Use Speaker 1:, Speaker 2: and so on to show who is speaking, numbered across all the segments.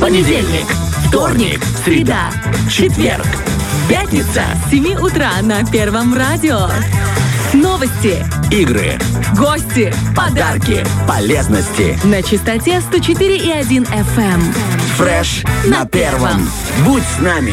Speaker 1: Понедельник, вторник, среда, четверг, пятница,
Speaker 2: С 7 утра на Первом радио. Новости,
Speaker 1: игры,
Speaker 2: гости, подарки.
Speaker 1: подарки, полезности.
Speaker 2: На частоте 104,1 FM.
Speaker 1: Фреш на первом. Будь с нами.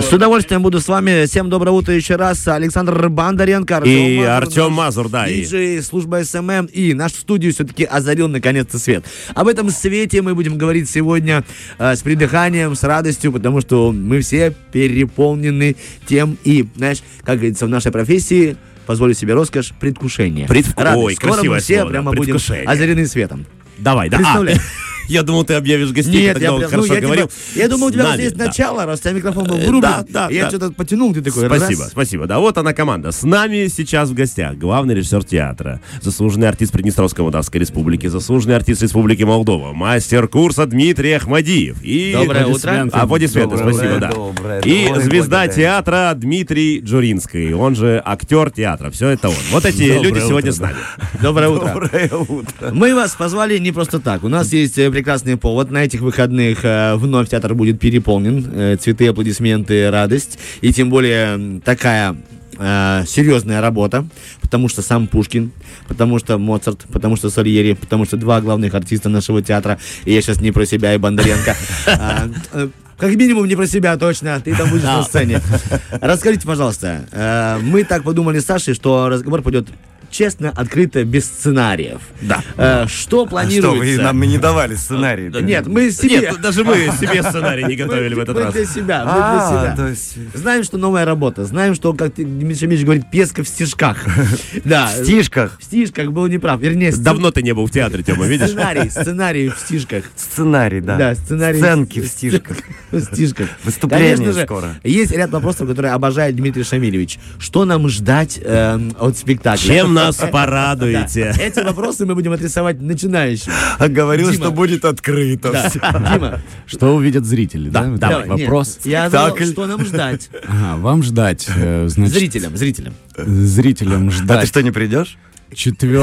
Speaker 3: С удовольствием буду с вами. Всем доброе утро еще раз. Александр Бондаренко,
Speaker 4: И
Speaker 3: Мазур,
Speaker 4: Артем
Speaker 3: наш
Speaker 4: Мазур, да. и-
Speaker 3: диджей, служба СММ и нашу студию все-таки озарил наконец-то свет. Об этом свете мы будем говорить сегодня э, с придыханием, с радостью, потому что мы все переполнены тем и, знаешь, как говорится, в нашей профессии позволю себе роскошь предвкушения.
Speaker 4: Предвку- Ой,
Speaker 3: Скоро
Speaker 4: красивое
Speaker 3: мы все
Speaker 4: слово,
Speaker 3: прямо
Speaker 4: да,
Speaker 3: будем
Speaker 4: предвкушение.
Speaker 3: озарены светом.
Speaker 4: Давай, да. А,
Speaker 3: Представляю.
Speaker 4: я думал, ты объявишь гостей,
Speaker 3: Нет,
Speaker 4: когда
Speaker 3: я,
Speaker 4: он
Speaker 3: прям, ну,
Speaker 4: хорошо
Speaker 3: я,
Speaker 4: говорил.
Speaker 3: тебя- я думал, у тебя
Speaker 4: С
Speaker 3: вот
Speaker 4: нами,
Speaker 3: есть
Speaker 4: да.
Speaker 3: начало, раз у тебя микрофон был
Speaker 4: Э,
Speaker 3: вырублен,
Speaker 4: да, да,
Speaker 3: я
Speaker 4: да.
Speaker 3: что-то потянул, ты такой,
Speaker 4: Спасибо,
Speaker 3: раз.
Speaker 4: спасибо. Да, вот она команда. С нами сейчас в гостях главный режиссер театра, заслуженный артист Приднестровской Молдавской Республики, заслуженный артист Республики Молдова, мастер курса Дмитрий Ахмадиев. И...
Speaker 3: Доброе утро.
Speaker 4: Аплодисменты,
Speaker 5: Доброе,
Speaker 4: спасибо, да.
Speaker 5: доброе,
Speaker 4: и
Speaker 5: доброе,
Speaker 4: звезда
Speaker 5: благодарю.
Speaker 4: театра Дмитрий Джуринский, он же актер театра. Все это он. Вот эти
Speaker 3: Доброе
Speaker 4: люди
Speaker 3: утро,
Speaker 4: сегодня
Speaker 3: да.
Speaker 4: с нами.
Speaker 3: Доброе утро.
Speaker 5: Доброе утро.
Speaker 3: Мы вас позвали не просто так. У нас есть э, прекрасный повод. На этих выходных э, вновь театр будет переполнен. Э, Цветы, аплодисменты, радость. И тем более м, такая э, серьезная работа, потому что сам Пушкин, потому что Моцарт, потому что Сальери, потому что два главных артиста нашего театра, и я сейчас не про себя и Бондаренко, А, э, как минимум не про себя точно, а ты там будешь на сцене. Расскажите, пожалуйста, э, мы так подумали с Сашей, что разговор пойдет честно, открыто, без сценариев. Да. что
Speaker 5: А что,
Speaker 3: планируется?
Speaker 5: вы нам не давали сценарий?
Speaker 3: Нет, мы себе.
Speaker 4: Нет, ну даже мы себе сценарий не готовили в этот
Speaker 3: мы типа
Speaker 4: раз.
Speaker 3: для себя, мы для
Speaker 5: А,
Speaker 3: себя.
Speaker 5: то есть...
Speaker 3: Знаем, что новая работа. Знаем, что, как ты, Миша Миш говорит, песка в стишках. Да.
Speaker 5: В стишках.
Speaker 3: В стишках был неправ. Вернее, сцен-
Speaker 4: Давно ты не был в театре, Тёма, видишь?
Speaker 3: сценарий. Сценарий в стишках.
Speaker 5: Сценарий, да.
Speaker 3: Да, сценарий.
Speaker 5: Сценки в стишках.
Speaker 3: В стишках.
Speaker 5: Выступление
Speaker 3: Конечно же,
Speaker 5: скоро.
Speaker 3: Есть ряд вопросов, которые обожает Дмитрий Шамилевич. Что нам ждать эм, от спектакля? Э,
Speaker 4: Чем нас
Speaker 3: Да.
Speaker 4: порадуете?
Speaker 3: Эти вопросы мы будем адресовать начинающим.
Speaker 5: А говорил,
Speaker 3: Дима.
Speaker 5: что будет открыто
Speaker 3: Да.
Speaker 5: всё.
Speaker 3: Дима,
Speaker 6: Что увидят зрители, да? Вот
Speaker 3: давай,
Speaker 6: этот Вопрос.
Speaker 3: нет, Я задал,
Speaker 5: Спектакль.
Speaker 3: что нам ждать?
Speaker 6: Ага, вам ждать, э, значит,
Speaker 3: Зрителям, зрителям.
Speaker 6: зрителям
Speaker 5: А ты
Speaker 6: ждать
Speaker 5: что, не придешь?
Speaker 6: 4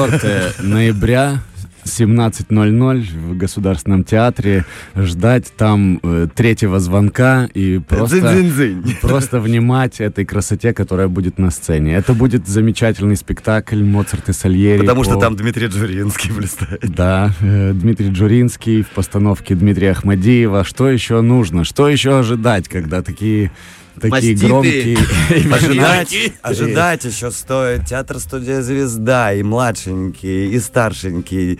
Speaker 6: ноября 17.00 в Государственном театре. Ждать там э, третьего звонка и просто...
Speaker 5: Дзынь-дзынь-дзынь.
Speaker 6: Просто внимать этой красоте, которая будет на сцене. Это будет замечательный спектакль Моцарт и Сальери.
Speaker 5: Потому что
Speaker 6: по-
Speaker 5: там Дмитрий Джуринский блистает.
Speaker 6: Да, э, Дмитрий Джуринский в постановке Дмитрия Ахмадиева. Что еще нужно? Что еще ожидать, когда такие, такие
Speaker 3: Маститы.
Speaker 6: громкие...
Speaker 5: Ожидать, ожидать еще стоит театр-студия «Звезда» и младшенький, и старшенький.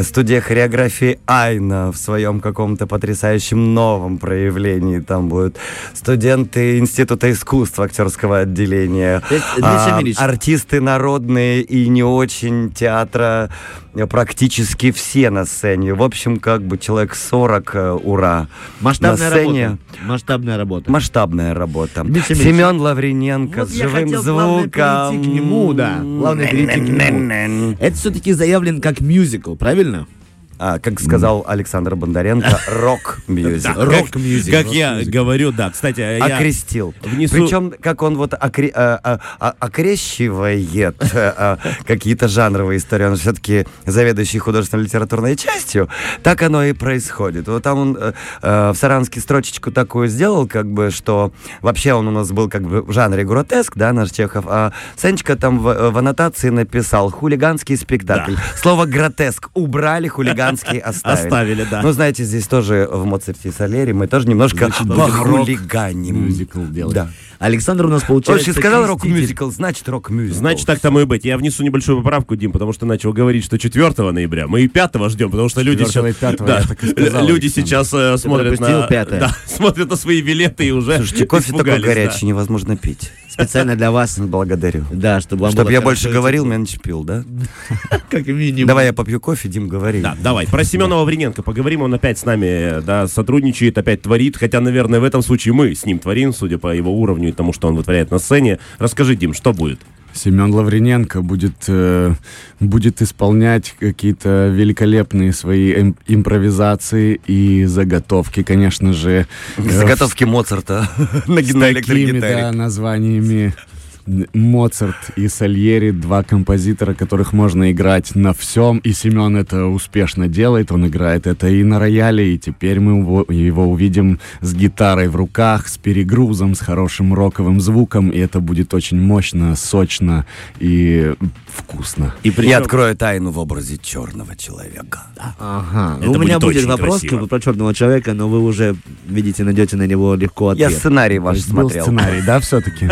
Speaker 5: Студия хореографии Айна в своем каком-то потрясающем новом проявлении. Там будут студенты Института искусств актерского отделения.
Speaker 3: То есть, Э, Дмитрий
Speaker 5: а,
Speaker 3: Шамилевич,
Speaker 5: артисты народные и не очень театра э, практически все на сцене. В общем, как бы человек 40, э, ура.
Speaker 3: Масштабная
Speaker 5: на сцене
Speaker 3: работа. Масштабная работа.
Speaker 5: масштабная работа.
Speaker 3: Дмитрий Семенович.
Speaker 5: Семен Лавриненко
Speaker 3: Вот
Speaker 5: с
Speaker 3: я
Speaker 5: живым
Speaker 3: хотел, главное,
Speaker 5: звуком.
Speaker 3: перейти к нему, да. Главное, перейти к нему. Это все-таки заявлен как мюзикл, правильно?
Speaker 5: А, как сказал Александр Бондаренко, рок-мюзик.
Speaker 3: Рок-мюзикл. А
Speaker 4: Как я говорю, да. Кстати, а я...
Speaker 5: Окрестил.
Speaker 4: внесу-
Speaker 5: Причем, как он вот окре- а, а, а, окрещивает э, а, какие-то жанровые истории, он все-таки заведующий художественной литературной частью, так оно и происходит. Вот там он э, э, в Саранске строчечку такую сделал, как бы, что вообще он у нас был как бы в жанре гротеск, да, наш Чехов, а Сенечка там в, э, в аннотации написал «хулиганский спектакль». Слово «гротеск» убрали, хулиганский оставили.
Speaker 4: Оставили, да.
Speaker 5: Ну, знаете, здесь тоже в Моцарте и Солере мы тоже немножко похулиганим.
Speaker 6: Мюзикл делать.
Speaker 5: Да.
Speaker 3: Александр у нас
Speaker 5: Он
Speaker 3: получается...
Speaker 5: же сказал
Speaker 3: креститель.
Speaker 5: рок-мюзикл, значит рок-мюзикл.
Speaker 4: Значит, так тому и быть. Я внесу небольшую поправку, Дим, потому что начал говорить, что 4 ноября. Мы и 5 ждем, потому что люди
Speaker 6: 4-го и
Speaker 4: сейчас...
Speaker 6: 5-го, я так и сказал,
Speaker 4: люди
Speaker 6: Александр.
Speaker 4: сейчас э, смотрят,
Speaker 3: пропустил
Speaker 4: на...
Speaker 3: 5-е.
Speaker 4: Да, смотрят на свои билеты и уже
Speaker 5: Слушайте, кофе такой
Speaker 4: испугались, да.
Speaker 5: горячий, невозможно пить.
Speaker 3: Специально для вас.
Speaker 5: Благодарю.
Speaker 3: Да, чтобы вам
Speaker 5: Чтобы
Speaker 3: было
Speaker 5: я
Speaker 3: хорошо
Speaker 5: больше
Speaker 3: и
Speaker 5: говорил, меньше пил, да?
Speaker 3: тепло. Как минимум.
Speaker 5: Давай я попью кофе, Дим, говори.
Speaker 4: Да, давай. Про Семена Лавриненко поговорим. Он опять с нами да, сотрудничает, опять творит. Хотя, наверное, в этом случае мы с ним творим, судя по его уровню и тому, что он вытворяет на сцене. Расскажи, Дим, что будет?
Speaker 6: Семен Лавриненко будет, э, будет исполнять какие-то великолепные свои им- импровизации и заготовки, конечно же. э,
Speaker 5: Заготовки Моцарта на
Speaker 6: с такими, да,
Speaker 5: электрогитаре.
Speaker 6: названиями Моцарт и Сальери, два композитора, которых можно играть на всем, и Семен это успешно делает, он играет это и на рояле, и теперь мы его, его увидим с гитарой в руках, с перегрузом, с хорошим роковым звуком, и это будет очень мощно, сочно и вкусно.
Speaker 5: И при... Я открою тайну в образе черного человека.
Speaker 3: Ага.
Speaker 4: Это
Speaker 3: у меня
Speaker 4: будет
Speaker 3: будет
Speaker 4: очень
Speaker 3: вопрос
Speaker 4: красиво.
Speaker 3: как бы про черного человека, но вы уже, видите, найдете на него легко
Speaker 5: Я
Speaker 3: ответ.
Speaker 5: сценарий ваш
Speaker 6: Был
Speaker 5: смотрел.
Speaker 6: сценарий, да, все-таки?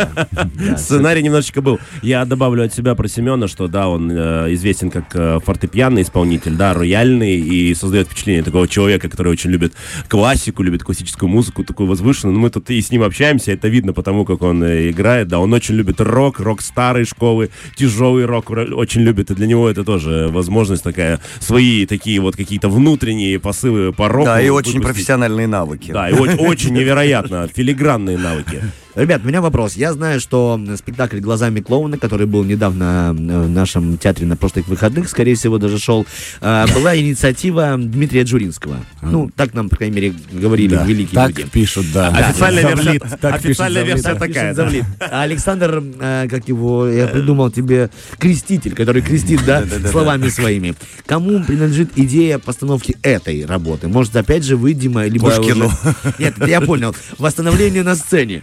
Speaker 4: Сценарий немножечко был. Я добавлю от себя про Семена, что да, он э, известен как э, фортепианный исполнитель, да, рояльный, и создает впечатление такого человека, который очень любит классику, любит классическую музыку, такую возвышенную. Но мы тут и с ним общаемся, это видно потому, как он э, играет. Да, он очень любит рок, рок старой школы, тяжелый рок ро- очень любит, и для него это тоже возможность такая, свои такие вот какие-то внутренние посылы по року.
Speaker 5: Да, и очень
Speaker 4: выпустить.
Speaker 5: профессиональные навыки.
Speaker 4: Да, и о- очень невероятно филигранные навыки.
Speaker 3: Ребят, у меня вопрос. Я знаю, что спектакль «Глазами клоуна», который был недавно э, в нашем театре на прошлых выходных, скорее всего, даже шел, э, была инициатива Дмитрия Джуринского. Ну, так нам, по крайней мере, говорили великие
Speaker 6: Так
Speaker 3: люди.
Speaker 6: пишут, да.
Speaker 4: Официальная версия,
Speaker 6: Завлит, так
Speaker 4: официальная
Speaker 6: пишет
Speaker 4: версия
Speaker 6: Завлит.
Speaker 4: такая.
Speaker 3: Пишет
Speaker 4: да.
Speaker 3: Завлит. А Александр, э, как его, я придумал тебе, креститель, который крестит, да, словами своими. Кому принадлежит идея постановки этой работы? Может, опять же, вы, Дима, либо
Speaker 5: Пушкину.
Speaker 3: уже- Нет, я понял. Восстановление на сцене.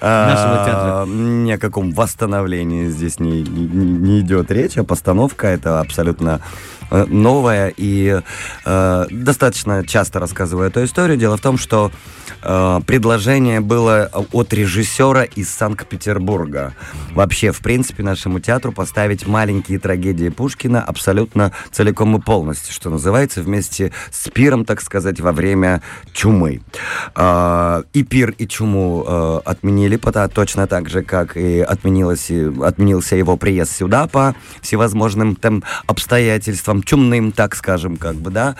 Speaker 3: нашего театра.
Speaker 5: А, Ни о каком восстановлении здесь не, не- не идет речь, а постановка это абсолютно э, новая и э, достаточно часто рассказываю эту историю. Дело в том, что э, предложение было от режиссера из Санкт-Петербурга. Вообще, в принципе, нашему театру поставить маленькие трагедии Пушкина абсолютно целиком и полностью, что называется, вместе с пиром, так сказать, во время чумы. А, И пир, и чуму э, отменили, пота- точно так же, как и, отменилось, и отменился его приезд сюда по всевозможным там обстоятельствам, чумным, так скажем, как бы, да.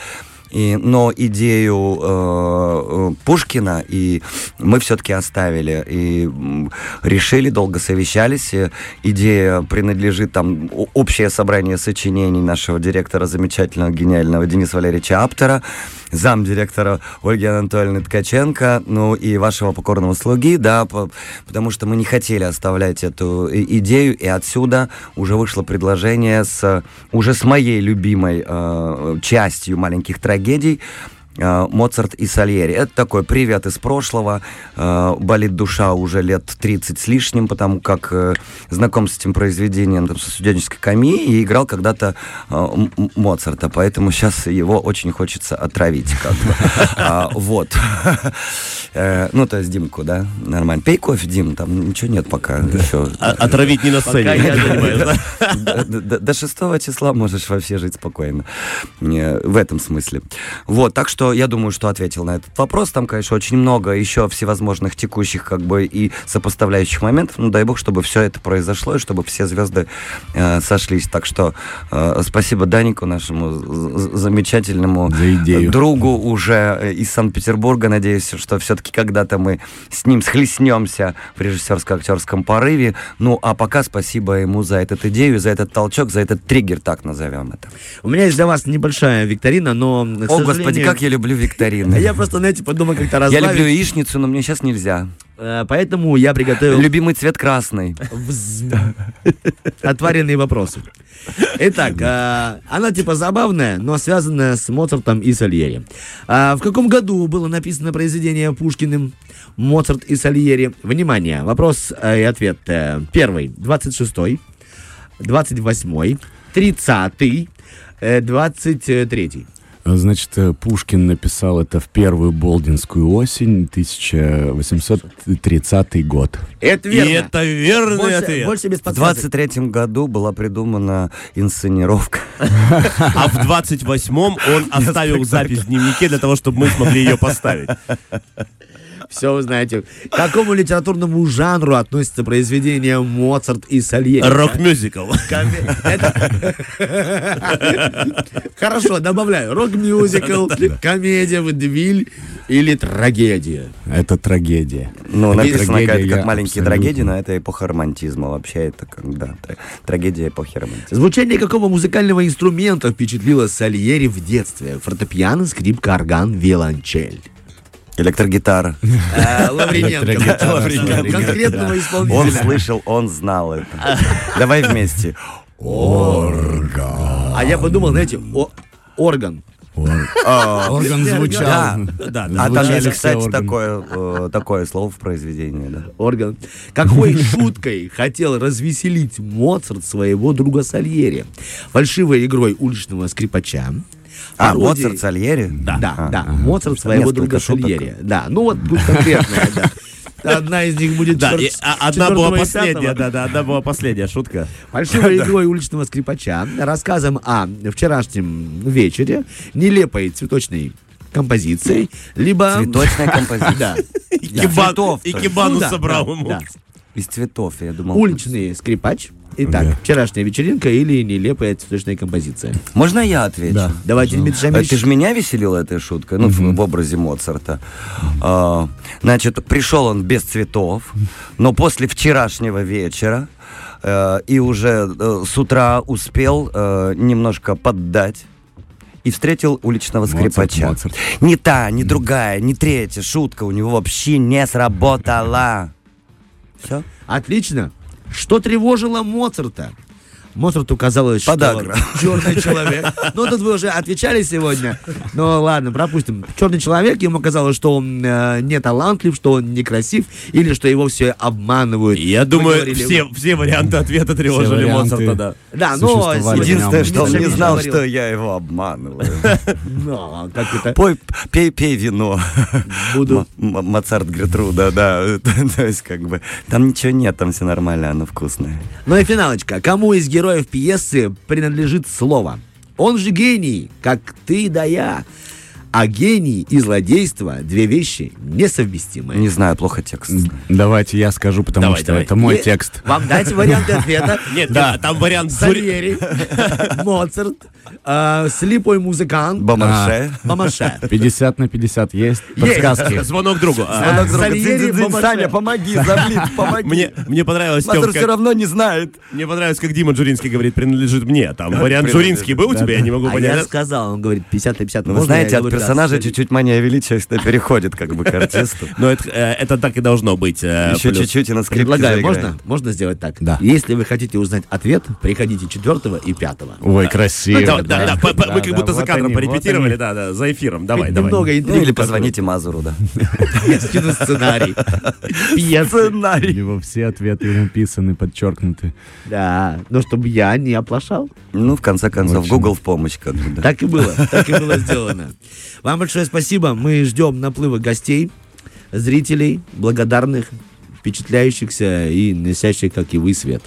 Speaker 5: И, но идею э, э, Пушкина и мы все-таки оставили и м, решили, долго совещались. И идея принадлежит там о- общее собрание сочинений нашего директора замечательного, гениального Дениса Валерьевича Аптера, замдиректора Ольги Анатольевны Ткаченко, ну и вашего покорного слуги, да, по- потому что мы не хотели оставлять эту и- идею, и отсюда уже вышло предложение с э, уже с моей любимой э, частью маленьких трагедий. э, Моцарт и Сальери. Это такой привет из прошлого. Э, Болит душа уже лет 30 с лишним, потому как э, знаком с этим произведением там, со студенческой камеи и играл когда-то э, М- М- Моцарта, поэтому сейчас его очень хочется отравить. Как бы. А, Вот. Э, Ну, то есть Димку, да? Нормально. Пей кофе, Дим, там ничего нет пока. Всё.
Speaker 4: А- Отравить не на сцене. я понимаю, да?
Speaker 5: Д- д- До 6 числа можешь вообще жить спокойно. Не, В этом смысле. Вот, так что я думаю, что ответил на этот вопрос. Там, конечно, очень много еще всевозможных текущих, как бы, и сопоставляющих моментов. Ну, дай бог, чтобы все это произошло, и чтобы все звезды э, сошлись. Так что э, спасибо Данику, нашему з- з- замечательному э,
Speaker 6: За идею.
Speaker 5: другу уже э, из Санкт-Петербурга. Надеюсь, что все-таки когда-то мы с ним схлестнемся в режиссерско-актерском порыве. Ну, а пока спасибо ему за этот идею, за этот толчок, за этот триггер, так назовем это.
Speaker 3: У меня есть для вас небольшая викторина, но, к
Speaker 5: О, господи,
Speaker 3: сожалению,
Speaker 5: как я люблю викторины.
Speaker 3: Я просто, знаете, подумал как-то
Speaker 5: Я
Speaker 3: разбавить.
Speaker 5: люблю яичницу, но мне сейчас нельзя.
Speaker 3: Э, Поэтому я приготовил
Speaker 5: Любимый цвет красный.
Speaker 3: вз- отваренные вопросы. Итак, э, она типа забавная, но связанная с Моцартом и Сальери. А В каком году было написано произведение Пушкиным «Моцарт и Сальери»? Внимание, вопрос э, и ответ. Э, Первый, 26-й, 28-й, 30-й, э, 23-й.
Speaker 6: Значит, э, Пушкин написал это в первую Болдинскую осень, 1830 год.
Speaker 3: Это
Speaker 4: И
Speaker 3: верно.
Speaker 4: это верный
Speaker 3: больше,
Speaker 4: ответ.
Speaker 3: больше без
Speaker 5: В
Speaker 3: подсказок.
Speaker 5: 23-м году была придумана инсценировка.
Speaker 4: А в 28-м он оставил запись в дневнике для того, чтобы мы смогли ее поставить.
Speaker 3: Все вы знаете. К какому литературному жанру относится произведение Моцарт и Сальери?
Speaker 4: Рок-мюзикл.
Speaker 3: Комме- это- Хорошо, добавляю. Рок-мюзикл, комедия, водевиль или трагедия.
Speaker 6: Это трагедия.
Speaker 5: Ну,
Speaker 6: Это
Speaker 5: написано
Speaker 6: трагедия,
Speaker 5: как,
Speaker 6: я
Speaker 5: как маленькие
Speaker 6: абсолютно-
Speaker 5: трагедии, но это эпоха романтизма. Вообще это как, да, тр- трагедия эпохи романтизма.
Speaker 3: Звучание какого музыкального инструмента впечатлило Сальери в детстве? Фортепиано, скрипка, орган, виолончель.
Speaker 5: Электрогитара.
Speaker 3: Э, Лавриненко.
Speaker 5: Лавриненко.
Speaker 3: Конкретного исполнителя.
Speaker 5: Он слышал, он знал это. Давай вместе.
Speaker 3: А я подумал, знаете, о- орган.
Speaker 4: а
Speaker 6: Орган звучал.
Speaker 5: Да,
Speaker 4: да,
Speaker 5: А там
Speaker 6: Звучали
Speaker 5: есть,
Speaker 6: все
Speaker 5: кстати,
Speaker 6: органы.
Speaker 5: такое, э, такое слово в произведении, да.
Speaker 3: Орган. Какой шуткой хотел развеселить Моцарт своего друга Сальери? Фальшивой игрой уличного скрипача.
Speaker 5: А,
Speaker 3: пародией-
Speaker 5: Моцарт Сальери?
Speaker 3: Да,
Speaker 5: А.
Speaker 3: да. Моцарт своего
Speaker 5: Несколько
Speaker 3: друга
Speaker 5: шуток.
Speaker 3: Сальери. Да, ну вот тут конкретная, да. Одна из них будет
Speaker 4: Да, и-
Speaker 3: четвер-
Speaker 4: а- одна была
Speaker 3: четвертого и
Speaker 4: последняя,
Speaker 3: пятого.
Speaker 4: да, да, одна была последняя шутка.
Speaker 3: Фальшивой игрой уличного скрипача, рассказом о вчерашнем вечере, нелепой цветочной композицией, либо...
Speaker 5: Цветочная композиция.
Speaker 3: Да.
Speaker 4: И кибан- и кибану
Speaker 3: Ну да,
Speaker 4: собрал
Speaker 3: да,
Speaker 4: ему.
Speaker 3: да.
Speaker 5: Из цветов, я думал.
Speaker 3: Уличный скрипач. Итак, вчерашняя вечеринка или нелепая цветочная композиция.
Speaker 5: Можно я отвечу?
Speaker 6: Да.
Speaker 3: Давайте, Дмитрий
Speaker 5: А
Speaker 3: Шамиль.
Speaker 5: Ты же меня веселила этой шуткой, ну, в- в образе Моцарта. А, Значит, пришел он без цветов, но после вчерашнего вечера э, и уже э, с утра успел э, немножко поддать. И встретил уличного
Speaker 6: Моцарт,
Speaker 5: скрипача.
Speaker 6: Моцарт.
Speaker 5: Ни та, ни другая, ни третья шутка у него вообще не сработала. Все?
Speaker 3: Отлично. Что тревожило Моцарта? Моцарту казалось, что
Speaker 5: Подагра.
Speaker 3: черный человек. Ну, тут вы уже отвечали сегодня. Ну, ладно, пропустим. Черный человек, ему казалось, что он э, не талантлив, что он некрасив, или что его все обманывают.
Speaker 4: Я
Speaker 3: Мы
Speaker 4: думаю,
Speaker 3: говорили-
Speaker 4: все, все варианты ответа тревожили
Speaker 6: варианты.
Speaker 4: Моцарта, да.
Speaker 3: Да, но
Speaker 6: существовали.
Speaker 3: сегодня-
Speaker 5: Единственное, что он не
Speaker 3: Шамиль
Speaker 5: знал,
Speaker 3: говорил.
Speaker 5: что я его обманываю.
Speaker 3: Ну, как это?
Speaker 5: Пой, пей, пей вино.
Speaker 3: Буду.
Speaker 5: М- М- Моцарт Гертруда, да. То есть, как бы, там ничего нет, там все нормально, оно вкусное.
Speaker 3: Ну и финалочка. Кому из героев пьесы принадлежит слово? Он же гений, как ты да я. А гений и злодейство – две вещи несовместимые.
Speaker 5: Не знаю, плохо текст.
Speaker 6: Давайте я скажу, потому
Speaker 4: Давай,
Speaker 6: что
Speaker 4: давай.
Speaker 6: это мой
Speaker 3: Е-
Speaker 6: текст.
Speaker 3: Вам дать варианты ответа?
Speaker 4: Нет, нет, там вариант Зури-
Speaker 3: Сальери, Моцарт, э, слепой музыкант, А,
Speaker 5: Бомарше.
Speaker 3: Мамаша.
Speaker 6: 50 на 50 есть подсказки.
Speaker 4: Звонок другу. А,
Speaker 5: Звонок друга.
Speaker 3: Сальери,
Speaker 5: «Дзинь-дзинь-дзинь,
Speaker 3: Бомарше».
Speaker 5: Саня, помоги, заблин, помоги.
Speaker 4: Мне, мне понравилось, Тём,
Speaker 5: Моцарт
Speaker 4: как-
Speaker 5: все равно не знает.
Speaker 4: мне понравилось, как Дима Джуринский говорит, принадлежит мне. Там вариант Джуринский был у тебя, я не могу
Speaker 3: А я
Speaker 4: понять.
Speaker 3: сказал, он говорит 50 на 50.
Speaker 5: Ну, вы
Speaker 3: Можно я
Speaker 5: знаете, от
Speaker 3: говорю, да,
Speaker 5: персонажа
Speaker 3: Сальери.
Speaker 5: чуть-чуть мания величия всегда переходит, как бы, к артисту.
Speaker 4: Но это, э, это так и должно быть. э,
Speaker 5: Еще
Speaker 4: плюс.
Speaker 5: чуть-чуть и на скрипке
Speaker 3: Предлагаю,
Speaker 5: заиграет.
Speaker 3: можно? Можно сделать так?
Speaker 6: Да.
Speaker 3: Если вы хотите узнать ответ, приходите 4 и 5.
Speaker 6: Ой,
Speaker 4: Ну,
Speaker 6: красиво.
Speaker 4: да, да, да, по- по- мы
Speaker 5: Да,
Speaker 4: как
Speaker 5: да,
Speaker 4: будто за
Speaker 5: вот
Speaker 4: кадром
Speaker 5: они, вот
Speaker 4: порепетировали, да, да, за эфиром. Давай, давай.
Speaker 3: Немного
Speaker 5: Ну, или
Speaker 3: интриги.
Speaker 5: позвоните Мазуру, да.
Speaker 3: Я скину сценарий. Пьесы.
Speaker 6: У него все ответы написаны, подчеркнуты.
Speaker 3: Да, но чтобы я не оплошал.
Speaker 5: Ну, в конце концов, Google в помощь, как бы, да.
Speaker 3: Так и было, так и было сделано. Вам большое спасибо. Мы ждем наплыва гостей, зрителей, благодарных, впечатляющихся и несящих, как и вы, свет.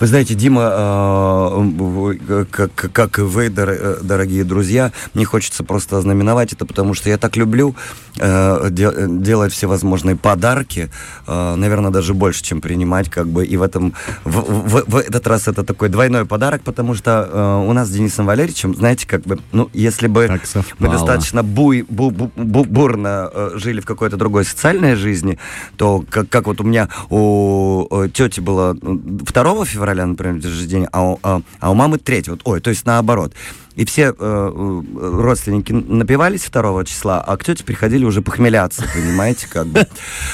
Speaker 5: Вы знаете, Дима, э, вы, э, как, как и вы, дор- э, дорогие друзья, мне хочется просто ознаменовать это, потому что я так люблю э, де- э, делать всевозможные подарки, э, наверное, даже больше, чем принимать, как бы, и в этом, в, в- в этот раз это такой двойной подарок, потому что э, у нас с Денисом Валерьевичем, знаете, как бы, ну, если бы
Speaker 6: Так
Speaker 5: мы
Speaker 6: совпало.
Speaker 5: достаточно буй- бу- бу- бу- бурно э, жили в какой-то другой социальной жизни, то как, как вот у меня у э, тети было ну, 2 февраля, например, день рождения, а у, а- а у мамы 3. Вот, ой, то есть наоборот. И все э, э, родственники напивались 2 числа, а к тете приходили уже похмеляться, понимаете, как бы.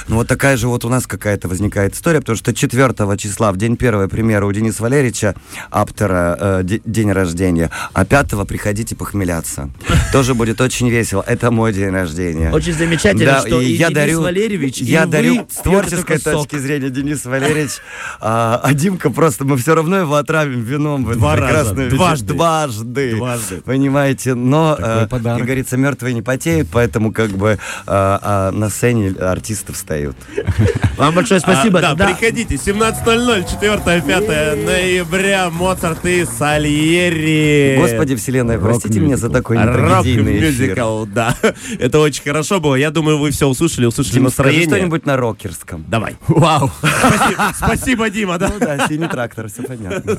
Speaker 5: Ну вот такая же вот у нас какая-то возникает история, потому что 4 числа, в день первого примера у Дениса Валерьевича, автора э, де- день рождения, а 5 приходите похмеляться. Тоже будет очень весело. Это мой день рождения.
Speaker 3: Очень замечательно,
Speaker 5: Да,
Speaker 3: что и,
Speaker 5: я
Speaker 3: Денис
Speaker 5: дарю,
Speaker 3: Валерьевич, и
Speaker 5: я
Speaker 3: вы
Speaker 5: дарю с
Speaker 3: пьете
Speaker 5: творческой
Speaker 3: только сок.
Speaker 5: точки зрения Денис Валерьевич, а, а Димка просто мы все равно его отравим вином в эту
Speaker 4: Два раза,
Speaker 5: прекрасную вечер-
Speaker 4: дважды.
Speaker 5: дважды,
Speaker 4: Дважды.
Speaker 5: понимаете. Но
Speaker 6: Такой
Speaker 5: э,
Speaker 6: подарок.
Speaker 5: как говорится, мертвые не потеют, поэтому как бы э, а на сцене артисты встают.
Speaker 3: Вам большое
Speaker 4: А,
Speaker 3: спасибо.
Speaker 4: да,
Speaker 3: Да.
Speaker 4: приходите, 17.00, 4-5 ноября, Моцарт и Сальери.
Speaker 5: Господи, вселенная, простите меня за такой нетрагедийный эфир.
Speaker 4: Э, Рок-мюзикл, да. Это очень хорошо было. Я думаю, вы все услышали, услышали
Speaker 5: Дим, скажи
Speaker 4: настроение.
Speaker 5: что-нибудь на рокерском.
Speaker 4: Давай. Вау. Спасибо, спасибо, Дима, да.
Speaker 5: Ну да, синий трактор, все понятно.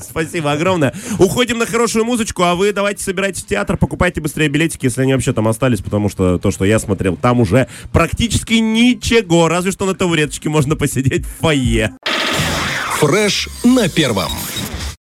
Speaker 4: Спасибо огромное. Уходим на хорошую музычку, а вы давайте собирайтесь в театр, покупайте быстрее билетики, если они вообще там остались, потому что то, что я смотрел, там уже практически ничего, разве что на табуреточке можно посидеть в фойе.
Speaker 7: Фреш на первом.